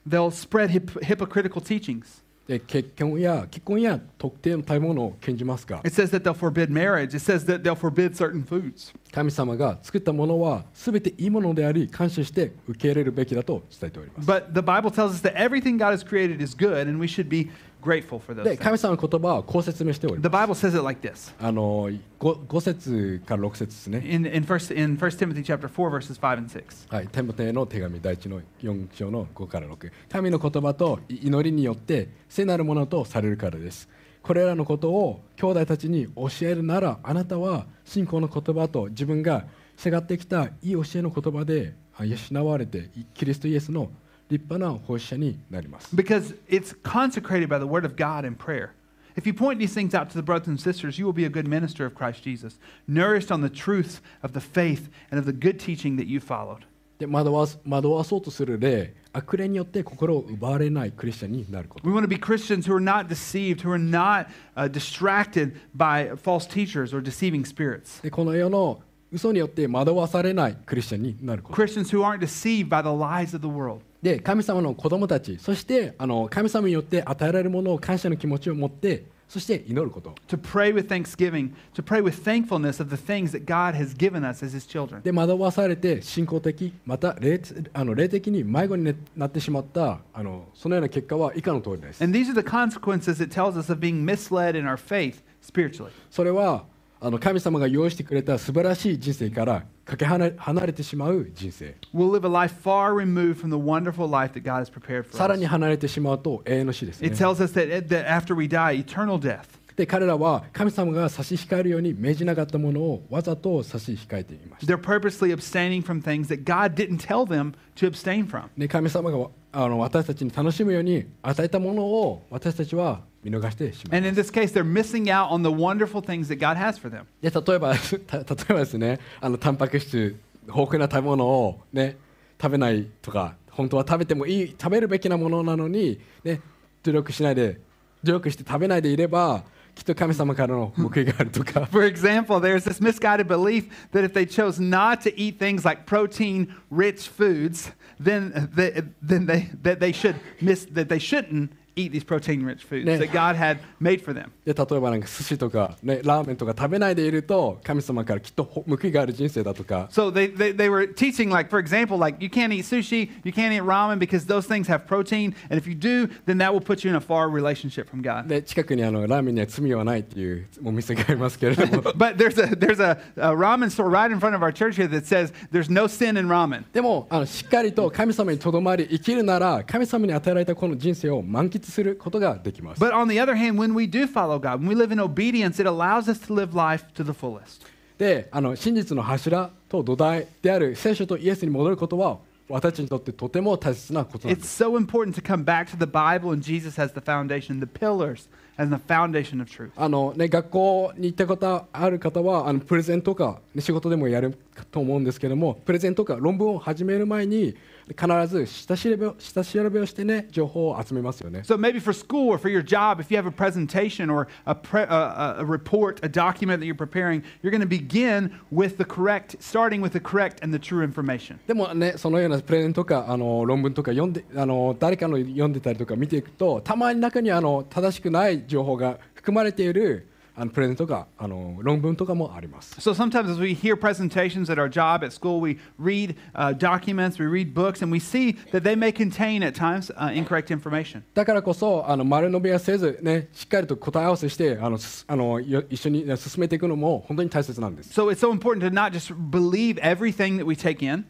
Speaker 4: They'll spread hip- hypocritical teachings.
Speaker 3: で結婚や結婚や特定の食べ物を禁じますが
Speaker 4: It says that they'll forbid marriage. It says that they'll forbid certain foods.
Speaker 3: 神様が作ったものは全ていいものであり感謝して受け入れるべきだと伝えております
Speaker 4: But the Bible tells us that everything God has created is good, and we should be grateful for those
Speaker 3: で
Speaker 4: things.
Speaker 3: 神様の言葉はこう説明しております
Speaker 4: The Bible says it like this
Speaker 3: あの 5, 節から6節ですね
Speaker 4: in, in, first, in 1 Timothy chapter 4, verses 5 and 6.
Speaker 3: はい、テモテへの手紙第一の4章の5から6神の言葉と祈りによって聖なるものとされるからですこれらのことを兄弟たちに教えるならあなたは信仰の言葉と自分が従ってきたいい教えの言葉であ養われていキリストイエスの立派な奉仕者になります
Speaker 4: Because it's consecrated by the word of God and prayer. If you point these things out to the brothers and sisters, you will be a good minister of Christ Jesus, nourished on the truths of the faith and of the good teaching that you followed.
Speaker 3: で惑わす惑わそうとする霊悪霊によって心を奪われないクリスチャンになること
Speaker 4: We want to be Christians who are not deceived, who are not uh, distracted by false teachers or deceiving spirits.
Speaker 3: でこの世の嘘によって惑わされないクリスチャンになること
Speaker 4: Christians who aren't deceived by the lies of the world.
Speaker 3: で神様の子供たちそしてあの神様によって与えられるものを感謝の気持ちを持ってそして祈ること
Speaker 4: To pray with thanksgiving, to pray with thankfulness of the things that God has given us as His children.
Speaker 3: で惑わされて信仰的また霊的あの霊的に迷子になってしまったあのそのような結果は以下の通りです
Speaker 4: And these are the consequences it tells us of being misled in our faith spiritually.
Speaker 3: それはあの神様が用意してくれた素晴らしい人生からかけ離れ離れてしまう人生
Speaker 4: We'll live a life far removed from the wonderful life that God has prepared for
Speaker 3: さらに
Speaker 4: us.
Speaker 3: 離れてしまうと永遠の死です、ね
Speaker 4: It、tells us that, that after we die, eternal death.
Speaker 3: で彼らは神様が差し控えるように命じなかったものをわざと差し控えていました
Speaker 4: They're purposely abstaining from things that God didn't tell them to abstain from.
Speaker 3: ね、神様がわあの私たちに楽しむように与えたものを私たちは見逃してしまう。
Speaker 4: And in this case, they're missing out on the wonderful things that God has for them.
Speaker 3: で例えば [laughs] た例えばですねあのタンパク質豊富な食べ物を、ね、食べないとか本当は食べてもいい食べるべきなものなのに、ね、努力しないで努力して食べないでいればきっと神様からの報いがあるとか
Speaker 4: For example, there's this misguided belief that if they chose not to eat things like protein rich foods, then, they, then they, that they should miss, that they shouldn't eat these protein rich foods
Speaker 3: Yeah.
Speaker 4: that God had made for them.
Speaker 3: で例えばなんか寿司とか、ね、ラーメンとか食べないでいると神様からきっとほ報いがある人生だとか
Speaker 4: So they, they, they were teaching, like, for example, like, you can't eat sushi, you can't eat ramen because those things have protein. And if you do, then that will put you in a far relationship from God.
Speaker 3: で近くにあのラーメンには罪はないっていうお店がありますけれど
Speaker 4: [laughs]
Speaker 3: も
Speaker 4: But there's a, there's a, a ramen store right in front of our church here that says there's no sin in ramen.
Speaker 3: でもあのしっかりと神様にとどまり生きるなら神様に与えられたこの人生を満喫することができます
Speaker 4: But on the other hand, when we do follow God, when we live in obedience, it allows us to live life to the fullest.
Speaker 3: であの真実の柱と土台である聖書とイエスに戻ることは私たちにとってとても大切なことなんで
Speaker 4: It's
Speaker 3: す
Speaker 4: so important to come back to the Bible and Jesus as the foundation, the pillars as the foundation of truth.
Speaker 3: あの、ね、学校に行ったことある方はあのプレゼンとか、ね、仕事でもやると思うんですけどもプレゼンとか論文を始める前に必ず下調べを下調べをしてね情報を集めますよね
Speaker 4: So maybe for school or for your job, if you have a presentation or a, pre- a- a, a report, a document that you're preparing, you're going to begin with the correct, starting with the correct and the true information.
Speaker 3: でもねそのようなプレゼンとかあの論文とか読んであの誰かの読んでたりとか見ていくとたまに中にあの正しくない情報が含まれているあのプレゼンとかあの論文とかもあります。
Speaker 4: So sometimes as we hear presentations at our job, at school, we read uh, documents, we read books, and we see that they may contain at times uh, incorrect information.
Speaker 3: だからこそあの丸伸びはせず、ね、しっかりと答え合わせしてあのすあのよ一緒にね進めていくのも本当に大切なんです。
Speaker 4: So it's so important to not just believe everything that we take in,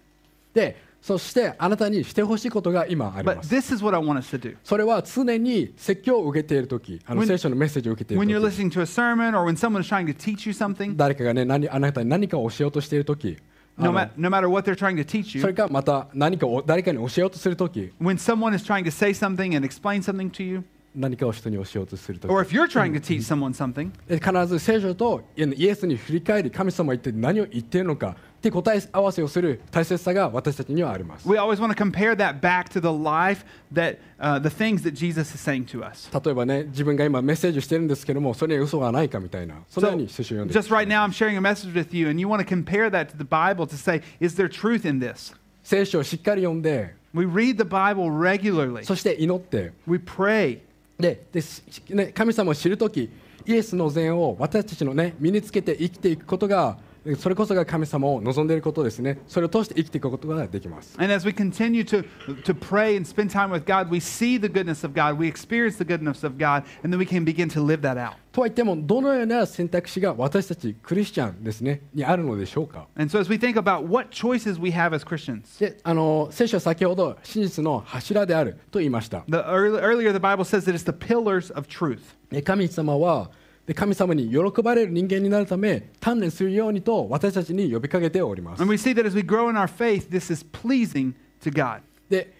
Speaker 3: でそしてあなたにしてほしいことが今あり
Speaker 4: but
Speaker 3: ます。
Speaker 4: this is what I want us to do.
Speaker 3: それは常に説教を受けている時あの
Speaker 4: When-
Speaker 3: 聖書のメッセージを受けてい
Speaker 4: When you're
Speaker 3: る時
Speaker 4: listening to a sermon or when someone's trying to teach you something,
Speaker 3: 誰かが、ね、何あなたに何かを教えようとしている時あ
Speaker 4: no,
Speaker 3: の
Speaker 4: ma- no matter what they're trying to teach
Speaker 3: それ
Speaker 4: you,
Speaker 3: かまた何かを誰かに教えようとするとき
Speaker 4: when someone is trying to say something and explain something to you,
Speaker 3: 何かを人に教えようとすると
Speaker 4: or if you're trying to teach someone something,
Speaker 3: き必ず聖書とイエスに振り返り神様は一体何を言っているのかって答え合わせをする大切さが私たちにはあります
Speaker 4: we always want to compare that back to the life that uh, the things that Jesus is saying to us.
Speaker 3: 例えばね自分が今メッセージをしてるんですけどもそれに嘘がないかみたいなそのよう
Speaker 4: So,
Speaker 3: に聖書を読んでる
Speaker 4: just right now, I'm sharing a message with you, and you want to compare that to the Bible to say, is there truth in this?
Speaker 3: 聖書をしっかり読んで
Speaker 4: We read the Bible regularly,
Speaker 3: そして祈って
Speaker 4: we pray.
Speaker 3: でで、しね、神様を知るときイエスの善を私たちの、ね、身につけて生きていくことがそれこそが神様を望んでいることですねそれを通して生きていくことができます
Speaker 4: And as we continue to, to pray and spend time with God, we see the goodness of God, we experience the goodness of God, and then we can begin to live that out.
Speaker 3: とは言ってもどのような選択肢が私たちクリスチャンですねにあるのでしょうか
Speaker 4: And so, as we think about what choices we have as Christians,
Speaker 3: であの聖書は先ほど真実の柱であると言いました
Speaker 4: the earl- earlier the Bible says that it's the pillars of truth.
Speaker 3: で神様はで神様に喜ばれる人間になるため鍛錬するようにと私たちに呼びかけております
Speaker 4: And we see that as we grow in our faith, this is pleasing to God.
Speaker 3: で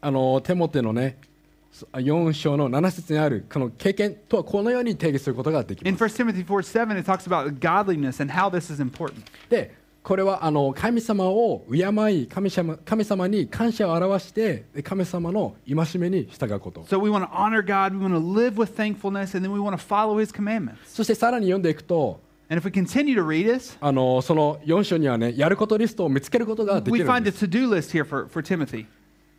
Speaker 3: あのテモテのねそ4章の7節にあるこの経験とはこのように定義することができま
Speaker 4: In
Speaker 3: す
Speaker 4: 1 Timothy 4 7, it talks about godliness and how this is important.
Speaker 3: でこれはあの神様を敬い神様神様に感謝を表してで神様の戒めに従うこと
Speaker 4: So, we want to honor God, we want to live with thankfulness, and then we want to follow His commandments.
Speaker 3: そしてさらに読んでいくと
Speaker 4: And if we continue to read this,
Speaker 3: あのその4章にはねやることリストを見つけることができ
Speaker 4: we
Speaker 3: るん
Speaker 4: find a
Speaker 3: です
Speaker 4: to do list here for, for Timothy.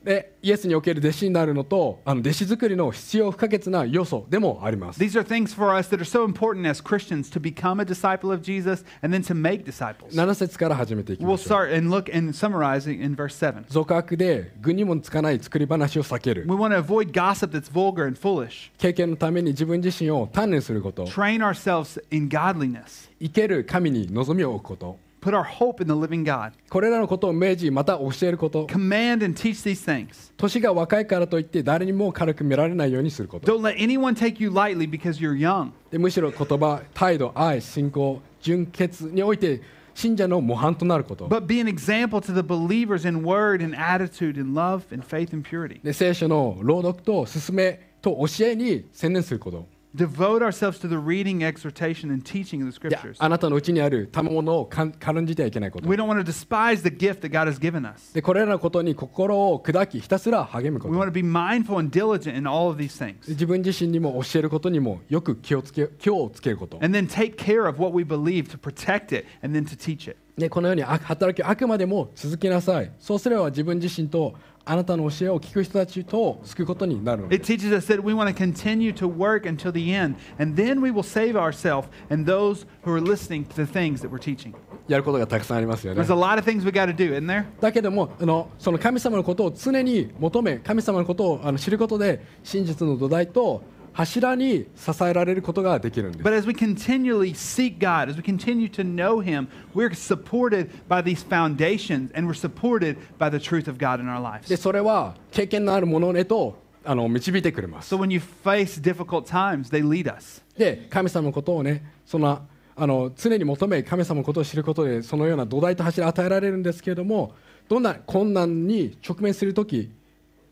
Speaker 3: でイエスにおける弟子になるのとあの弟子作りの必要不可欠な要素でもあります
Speaker 4: These are things for us that are so important as Christians to become a disciple of Jesus and then to make disciples.
Speaker 3: 7節から始めていき
Speaker 4: We'll
Speaker 3: ましょう
Speaker 4: start and look and summarizing in verse 7.
Speaker 3: 俗悪で具にもつかない作り話を避ける
Speaker 4: We want to avoid gossip that's vulgar and foolish.
Speaker 3: 経験のために自分自身を鍛錬すること
Speaker 4: Train ourselves in godliness.
Speaker 3: 生ける神に望みを置くこと
Speaker 4: Put our hope in the living God.
Speaker 3: これらのことを明示また教えること
Speaker 4: Command and teach these things.
Speaker 3: 年が若いからといって誰にも軽く見られないようにすること
Speaker 4: Don't let anyone take you lightly because you're young.
Speaker 3: でむしろ言葉態度愛信仰純潔において信者の模範となること
Speaker 4: But be an example to the believers in word and attitude and love and faith and purity.
Speaker 3: で聖書の朗読と勧めと教えに専念すること
Speaker 4: Devote ourselves to the reading, exhortation, and teaching of the
Speaker 3: で
Speaker 4: scriptures.
Speaker 3: あなたのうちにある賜物をかん軽んじてはいけないこと
Speaker 4: We don't want to despise the gift that God has given us.
Speaker 3: でこれらのことに心を砕きひたすら励むこ
Speaker 4: We want
Speaker 3: と
Speaker 4: to be mindful and diligent in all of these
Speaker 3: で
Speaker 4: things.
Speaker 3: 自分自身にも教えることにもよく気をつけ気をつけること
Speaker 4: And then take care of what we believe to protect it and then to teach it.
Speaker 3: でこのようにあ働きをあくまでも続けなさいそうすれば自分自身とあなたの教えを聞く人たちと救うことになるので
Speaker 4: It teaches us that we want to continue to work until the end, and then we will save ourselves and those who are listening to the things that we're teaching.
Speaker 3: やることがたくさんありますよね
Speaker 4: There's a lot of things we got to do, isn't there?
Speaker 3: だけどもあのその神様のことを常に求め神様のことをあの知ることで真実の土台と柱に支えられることができるんです
Speaker 4: But as we continually seek God, as we continue to know Him, we're supported by these foundations and we're supported by the truth of God in our
Speaker 3: で
Speaker 4: lives.
Speaker 3: それは経験のあるものへとあの導いてくれます
Speaker 4: So when you face difficult times, they lead us.
Speaker 3: で神様のことをねそのあの常に求め神様のことを知ることでそのような土台と柱を与えられるんですけれどもどんな困難に直面するとき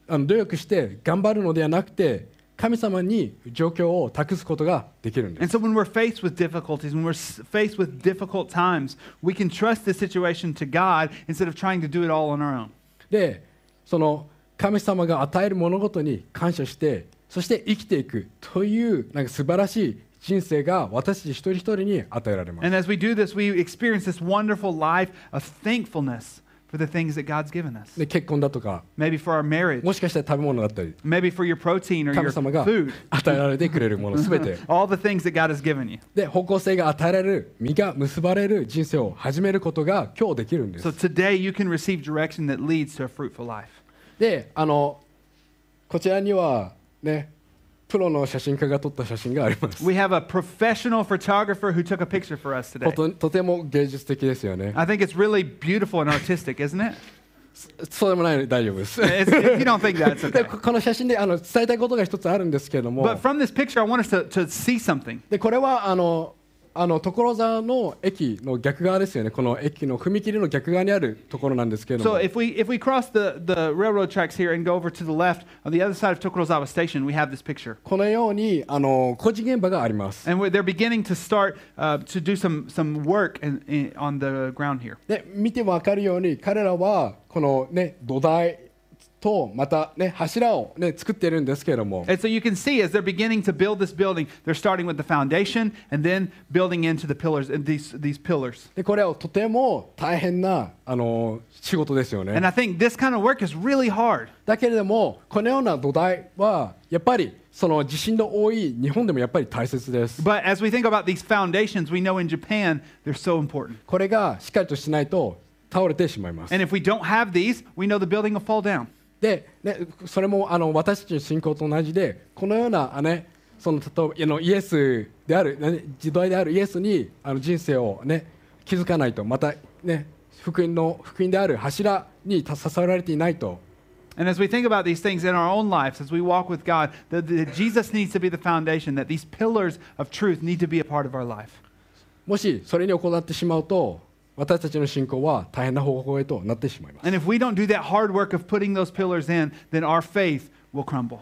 Speaker 3: あの努力して頑張るのではなくて神様に状況を託すことができるんです
Speaker 4: And so when we're faced with difficulties, when we're s- faced with difficult times, we can trust the situation to God instead of trying to do it all on our own.
Speaker 3: でその神様が与える物事に感謝してそして生きていくというなんか素晴らしい人生が私たち一人一人に与えられます
Speaker 4: And as we do this, we experience this wonderful life of thankfulness for the things that God's given us.
Speaker 3: で結婚だとか
Speaker 4: Maybe for our marriage,
Speaker 3: もしかしたら食べ物だったり
Speaker 4: maybe for your protein or
Speaker 3: 神
Speaker 4: your
Speaker 3: 様が
Speaker 4: food,
Speaker 3: 与えられてくれるもの全て
Speaker 4: all the things that God has given you.
Speaker 3: で方向性が与えられる実が結ばれる人生を始めることが今日できるんです
Speaker 4: So today you can receive direction that leads to a fruitful life.
Speaker 3: であのこちらにはねプロの写真家が撮った写真があります
Speaker 4: We have a professional photographer who took a picture for us
Speaker 3: ほ
Speaker 4: today.
Speaker 3: ととても芸術的ですよね
Speaker 4: I think it's really beautiful and artistic, isn't it?
Speaker 3: そうでもないので大丈夫です
Speaker 4: It's, if you don't think
Speaker 3: [laughs]
Speaker 4: that, it's
Speaker 3: で
Speaker 4: okay.
Speaker 3: ここの写真であの伝えたいことが一つあるんですけれども
Speaker 4: But from this picture, I want us to, to see something.
Speaker 3: でこれはあのあの所沢の駅の逆側ですよねこの駅の踏切の逆側にあるところなんですけれど
Speaker 4: So
Speaker 3: も
Speaker 4: if we if we cross the, the railroad tracks here and go over to the left on the other side of Tokorozawa Station, we have this picture,
Speaker 3: このようにあの工事現場があります。
Speaker 4: and we're, they're beginning to start uh, to do some some work in, in, on the ground here.
Speaker 3: で見てわかるように彼らはこの、ね、土台とまた、ね、柱を、ね、作ってるんですけれども
Speaker 4: And so you can see as they're beginning to build this building, they're starting with the foundation and then building into the pillars and these these pillars.
Speaker 3: でこれはとても大変なあの仕事ですよ
Speaker 4: And I
Speaker 3: ね。
Speaker 4: think this kind of work is really hard.
Speaker 3: だけれどもこのような土台はやっぱりその地震の多い日本でもやっぱり大切です。
Speaker 4: But as we think about these foundations, we know in Japan they're so important.
Speaker 3: これがしっかりとしないと倒れてしまいます
Speaker 4: And。if we don't have these, we know the building will fall down.
Speaker 3: で、ね、それもあの私たちの信仰と同じでこのようなあ、ね、その例えばあのイエスであるね時代であるイエスにあの人生を、ね、気づかないとまた、ね、福音の福音である柱にた支えられていないと
Speaker 4: And as we think about these things in our own lives, as we walk with God, that, that Jesus needs to be the foundation, that these pillars of truth need to be a part of our life.
Speaker 3: もしそれに行ってしまうと私たちの信仰は大変な方向へとなってしまいます
Speaker 4: And if we don't do that hard work of putting those pillars in, then our faith will crumble.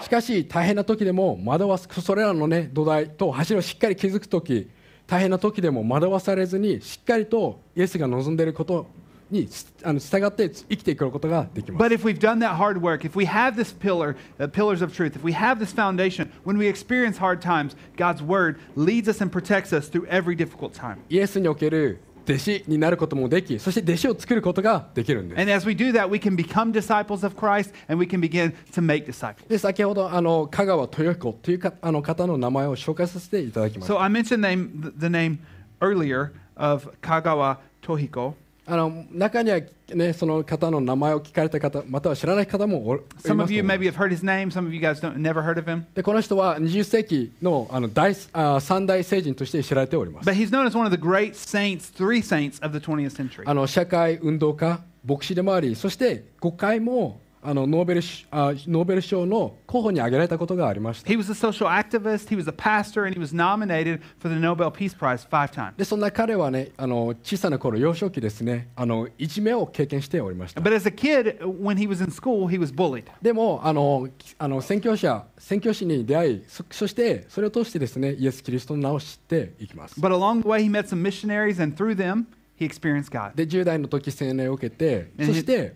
Speaker 3: しかし大変な時でも惑わすそれらの、ね、土台と柱をしっかり築く時大変な時でも惑わされずにしっかりとイエスが望んでいることにしあの従って生きていくことができます
Speaker 4: But if we've done that hard work, if we have this pillar, uh, pillars of truth, if we have this foundation, when we experience hard times, God's word leads us and protects us through every difficult time.
Speaker 3: イエスにおける弟子になることもできそして弟子を作ることができるんです
Speaker 4: And as we do that, we can become disciples of Christ and we can begin to make disciples.
Speaker 3: で先ほどあの香川豊彦というかあの方の名前を紹介させていただきました
Speaker 4: So I mentioned name, th- the name earlier of Kagawa Tohiko.
Speaker 3: あの中には、ね、その方の名前を聞かれた方または知らない方もおいますと
Speaker 4: Some
Speaker 3: 思
Speaker 4: of
Speaker 3: い
Speaker 4: you
Speaker 3: ます
Speaker 4: maybe have heard his name. Some of you guys don't never heard of him.
Speaker 3: でこの人は20世紀のあの大あ三大聖人として知られております
Speaker 4: But he's known as one of the great saints, three saints of the 20th century.
Speaker 3: あの社会運動家牧師でもありそして5回もあのノーベルしあノーベル賞の候補に挙げられたことがありました
Speaker 4: He was a social activist, he was a pastor, and he was nominated for the Nobel Peace Prize five times.
Speaker 3: でそんな彼はねあの小さな頃幼少期ですねあのいじめを経験しておりました
Speaker 4: But as a kid, when he was in school, he was bullied.
Speaker 3: でもあのきあの宣教者宣教師に出会いそそしてそれを通してですねイエス・キリストの名を知っていきます
Speaker 4: But along the way, he met some missionaries, and through them, he experienced God.
Speaker 3: で10代の時青年を受けてそして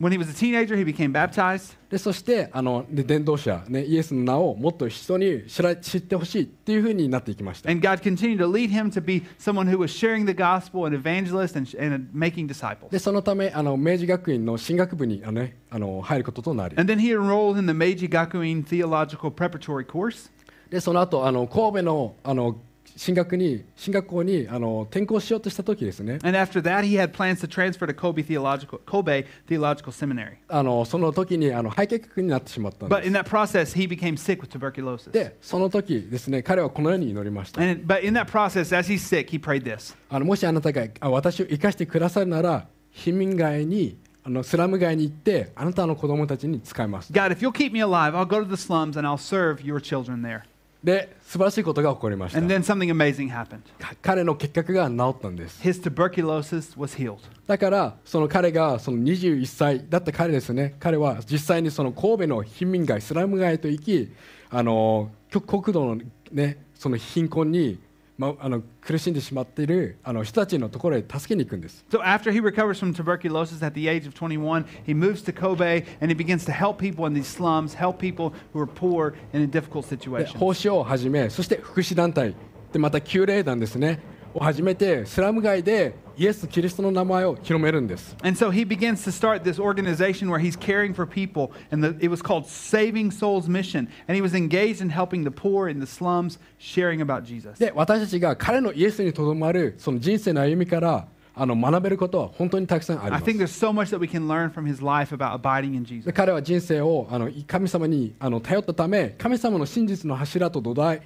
Speaker 4: When he was a teenager, he became baptized.
Speaker 3: でそしてあので伝道者、ね、イエスの名をもっと人に知ら知ってほしいっていうふうになっていきました
Speaker 4: And God continued to lead him to be someone who was sharing the gospel, an evangelist, and, and making disciples.
Speaker 3: でそのためあの明治学院の進学部にあの、ね、あの入ることとなり
Speaker 4: And then he enrolled in the Meiji Gakuin Theological Preparatory Course.
Speaker 3: でその後あの神戸のあの進学に進学校にあの転校しようとした時ですね
Speaker 4: And after that, he had plans to transfer to Kobe Theological, Kobe Theological Seminary.
Speaker 3: あのその時にあの肺結核になってしまったん
Speaker 4: But
Speaker 3: で
Speaker 4: in
Speaker 3: す
Speaker 4: that process, he became sick with tuberculosis.
Speaker 3: でその時ですね彼はこのように祈りました
Speaker 4: And, but in that process, as he's sick, he prayed this
Speaker 3: あのもしあなたがあ私を生かしてくださるなら貧民街にあのスラム街に行ってあなたの子供たちに使います
Speaker 4: God, if you'll keep me alive, I'll go to the slums and I'll serve your children there.
Speaker 3: で素晴らしいことが起こりました
Speaker 4: And then something amazing happened.
Speaker 3: か彼の結核が治ったんです
Speaker 4: His tuberculosis was healed.
Speaker 3: だからその彼がその21歳だった彼ですね彼は実際にその神戸の貧民街スラム街へと行きあの極国土の,、ね、その貧困に、ま、あの苦しんでしまっているあの人たちのところへ助けに行くんです
Speaker 4: So after he recovers from tuberculosis at the age of 21, he moves to Kobe and he begins to help people in these slums, help people who are poor and in difficult
Speaker 3: で
Speaker 4: situations.
Speaker 3: 奉仕を始めそして福祉団体でまた旧霊団ですねを始めてスラム街でイエス・キリストの名前を広めるんです
Speaker 4: And so he begins to start this organization where he's caring for people, and the, it was called Saving Souls Mission. And he was engaged in helping the poor in the slums, sharing about Jesus.
Speaker 3: で私たちが彼のイエスにとどまるその人生の歩みからあの学べることは本当にたくさんあり
Speaker 4: I
Speaker 3: ます
Speaker 4: think there's so much that we can learn from his life about abiding in
Speaker 3: で
Speaker 4: Jesus.
Speaker 3: 彼は人生をあの神様にあの頼ったため神様の真実の柱と土台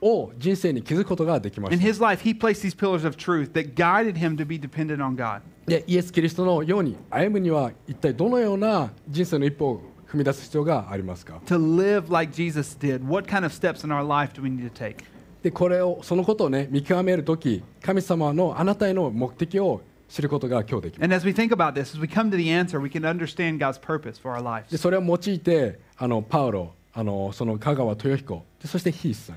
Speaker 3: を人生に築くことができま
Speaker 4: In
Speaker 3: した
Speaker 4: his life, he placed these pillars of truth that guided him to be dependent on God.
Speaker 3: でイエス・キリストのように歩むには一体どのような人生の一歩を踏み出す必要がありますか
Speaker 4: To live like Jesus did, what kind of steps in our life do we need to take?
Speaker 3: でこれをそのことをね見極めるとき神様のあなたへの目的を知ることが今日できます
Speaker 4: And as we think about this, as we come to the answer, we can understand God's purpose for our
Speaker 3: で
Speaker 4: lives.
Speaker 3: それを用いてあのパウロあのその香川豊彦でそして筆さん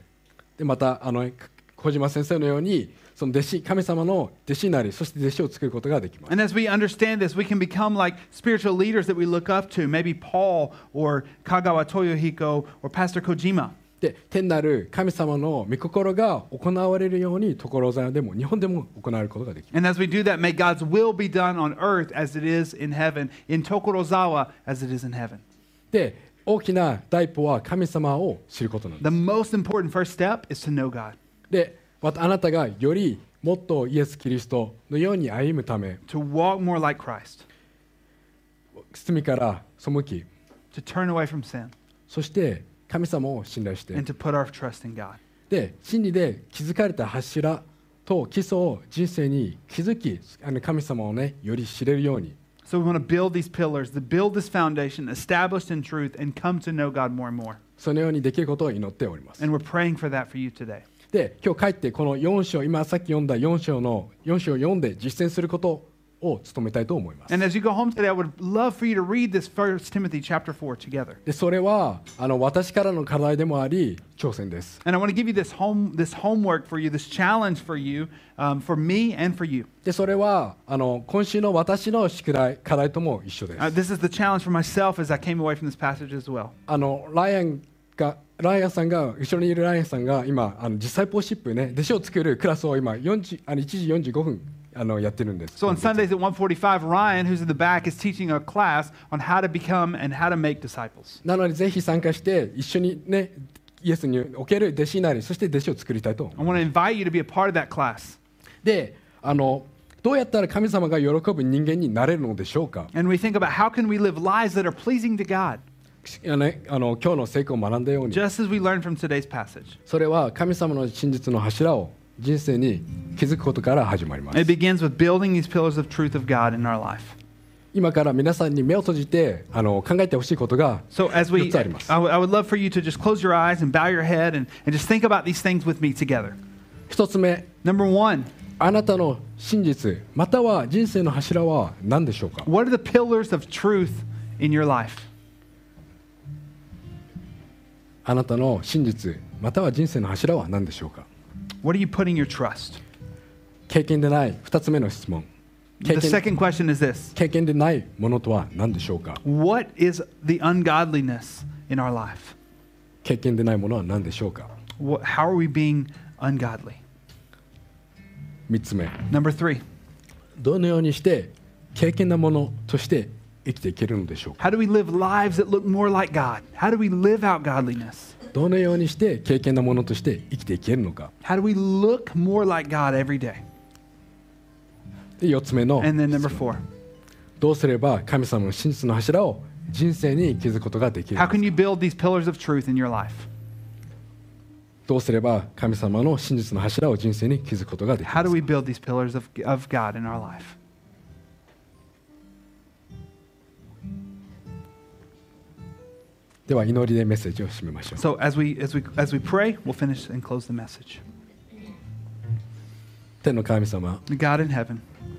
Speaker 3: でまたあの小島先生のようにその弟子神様の弟子になりそして弟子を作ることができます
Speaker 4: And as we understand this, we can become like spiritual leaders that we look up to, maybe Paul or Kagawa Toyohiko or Pastor Kojima.
Speaker 3: で天なる神様の御心が行われるように所沢でも日本でも行われることができま
Speaker 4: And as we do that, may God's will be done on earth as it is in heaven, in Tokorozawa as it is in heaven.
Speaker 3: すで大きな第一歩は神様を知ることなんで
Speaker 4: The most important first step is to know God,
Speaker 3: すでまたあなたがよりもっとイエス・キリストのように歩むため
Speaker 4: to walk more like Christ,
Speaker 3: 罪から背き
Speaker 4: to turn away from sin,
Speaker 3: そして神様を信頼して
Speaker 4: and to put our trust in God.
Speaker 3: で真理で築かれた柱と基礎を人生に築きあの神様をねより知れるように
Speaker 4: So we want to build these pillars, to build this foundation established in truth, and come to know God more and more.
Speaker 3: そのようにできることを祈っております
Speaker 4: And we're praying for that for you today.
Speaker 3: で今日帰ってこの4章今さっき読んだ4章の4章を読んで実践することを努めたいと思います
Speaker 4: And as you go home today, I would love for you to read this First Timothy chapter 4 together.
Speaker 3: でそれはあの私からの課題でもあり挑戦です
Speaker 4: And I want to give you this, home, this homework for you, this challenge for you, um, for me and for you.
Speaker 3: でそれはあの今週の私の宿題課題とも一緒です
Speaker 4: Uh, this is the challenge for myself as I came away from this passage as well.
Speaker 3: あのライアンがライアンさんが後ろにいるライアンさんが今あの実際ポーシップね弟子を作るクラスを今40あの1時45分あのやってるんです。
Speaker 4: So on Sundays at 1:45, Ryan, who's in the back, is teaching a class on how to become and how to make disciples.
Speaker 3: なのでぜひ参加して一緒にねイエスにおける弟子になりそして弟子を作りたいと思い
Speaker 4: I
Speaker 3: ます
Speaker 4: want to invite you to be a part of that class.
Speaker 3: であのどうやったら神様が喜ぶ人間になれるのでしょうか
Speaker 4: And we think about how can we live lives that are pleasing to God,
Speaker 3: あのねあの今日の成功を学んだように
Speaker 4: just as we learned from today's passage.
Speaker 3: それは神様の真実の柱を人生に築くことから始まります
Speaker 4: It begins with building these pillars of truth of God in our life.
Speaker 3: 今から皆さんに目を閉じてあの考えてほしいことが
Speaker 4: So as we,
Speaker 3: 4つあります
Speaker 4: I would- I would love for you to just close your eyes and bow your head and, and just think about these things with me together.
Speaker 3: 一つ目
Speaker 4: Number one,
Speaker 3: あなたの真実または人生の柱は何でしょうか
Speaker 4: what are the pillars of truth in your life?
Speaker 3: あなたの真実または人生の柱は何でしょうか
Speaker 4: What are you putting your trust?
Speaker 3: 経験でない二つ目の質問経
Speaker 4: The
Speaker 3: 験
Speaker 4: second question is this
Speaker 3: 経験でないものとは何でしょうか
Speaker 4: What is the ungodliness in our life?
Speaker 3: 経験でないものは何でしょうか
Speaker 4: What, how are we being ungodly?
Speaker 3: 3つ目
Speaker 4: Number three,
Speaker 3: どのようにして経験なものとして生きていけるのでしょうか
Speaker 4: how do we live lives that look more like God? How do we live out godliness?
Speaker 3: どのようにして経験なものとして生きていけるのか
Speaker 4: How do we look more like God every day?
Speaker 3: で4つ目の
Speaker 4: And then number
Speaker 3: 質問
Speaker 4: four,
Speaker 3: どうすれば神様の真実の柱を人生に築くことができる
Speaker 4: how
Speaker 3: のか
Speaker 4: can you build these pillars of truth in your life?
Speaker 3: どうすれば神様の真実の柱を人生に築くことができる
Speaker 4: How do we build these pillars of, of God in our life?
Speaker 3: では祈りでメッセージを締めましょう
Speaker 4: So as we as we as we pray, we'll finish and close the message.
Speaker 3: 天の神様
Speaker 4: God in heaven,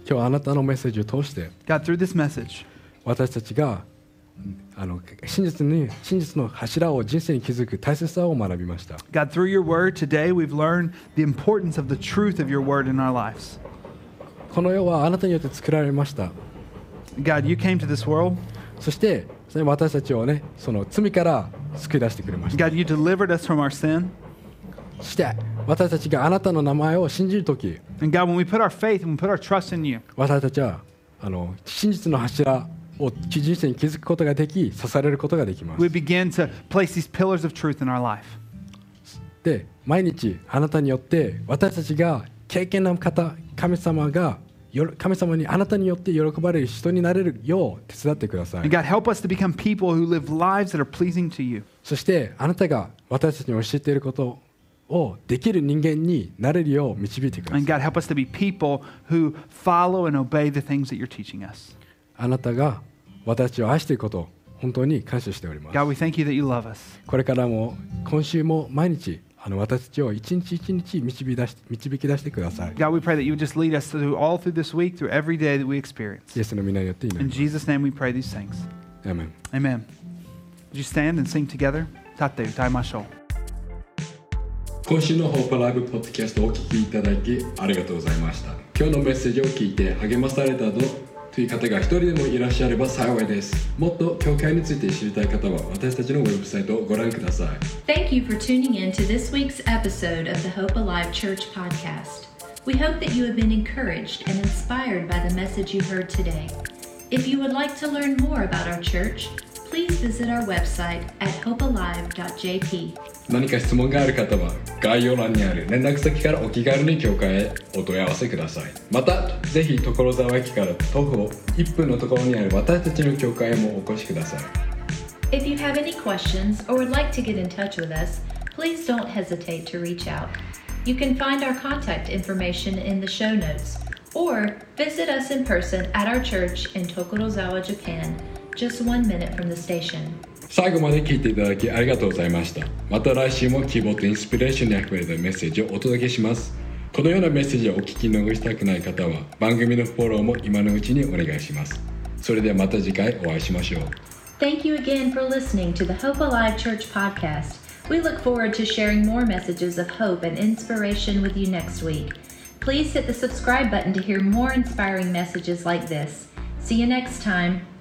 Speaker 3: 今日あなたのメッセージを通して
Speaker 4: God through this message,
Speaker 3: 私たちがあの真実に真実の柱を人生に築く大切さを学びました
Speaker 4: God through your word today, we've learned the importance of the truth of your word in our lives.
Speaker 3: この世はあなたによって作られました。
Speaker 4: God, you came to this world.
Speaker 3: そして、それに私たちをね、その罪から救い出してくれました。
Speaker 4: God, you delivered us from our sin.
Speaker 3: そして、私たちがあなたの名前を信じるとき、
Speaker 4: And God, when we put our faith and we put our trust in you,
Speaker 3: 私たちはあの真実の柱を人生に築くことができ、支えることができま
Speaker 4: we
Speaker 3: す。
Speaker 4: begin to place these pillars of truth in our life.
Speaker 3: で、毎日あなたによって私たちが経験な方、神様がよろ神様にあなたによって喜ばれる人になれるよう手伝ってくださ
Speaker 4: And
Speaker 3: い。
Speaker 4: God, help us to become people who live lives that are pleasing to you.
Speaker 3: そしてあなたが私たちに教えていることをできる人間になれるよう導いてください
Speaker 4: And。God, help us to be people who follow and obey the things that you're teaching us.
Speaker 3: あなたが私たちを愛していることを本当に感謝しておりま
Speaker 4: God,
Speaker 3: す。
Speaker 4: we thank you that you love us.
Speaker 3: これからも今週も毎日あの私たちを一日一日導き出し導き出してください。
Speaker 4: God, we pray that you would just lead us through all through this week, through every day that we experience.
Speaker 3: イエスの皆によって祈り
Speaker 4: In
Speaker 3: ます。
Speaker 4: Jesus' name we pray these things.
Speaker 3: アーメン
Speaker 4: Amen. Would you stand and sing together? Tateu, taimashou.
Speaker 1: 今週のホープライブポッドキャストをお聞きいただきありがとうございました今日のメッセージを聞いて励まされたとという方が一人でもいらっしゃれば幸いですもっと教会について知りたい方は私たちのウェブサイトをご覧ください
Speaker 2: Thank you for tuning in to this week's episode of the Hope Alive Church podcast. We hope that you have been encouraged and inspired by the message you heard today. If you would like to learn more about our church, please visit our website at hopealive.jp.
Speaker 1: 何か質問がある方は概要欄にある連絡先からお気軽に教会へお問い合わせくださいまたぜひ所沢駅から徒歩1分のところにある私たちの教会へもお越しください
Speaker 2: If you have any questions or would like to get in touch with us, please don't hesitate to reach out. You can find our contact information in the show notes or visit us in person at our church in Tokorozawa, Japan, just one minute from the station.
Speaker 1: 最後まで聞いていただきありがとうございましたまた来週も希望とインスピレーションにあふれたメッセージをお届けしますこのようなメッセージをお聞き逃したくない方は番組のフォローも今のうちにお願いしますそれではまた次回お会いしましょう
Speaker 2: Thank you again for listening to the Hope Alive Church podcast. We look forward to sharing more messages of hope and inspiration with you next week. Please hit the subscribe button to hear more inspiring messages like this. See you next time.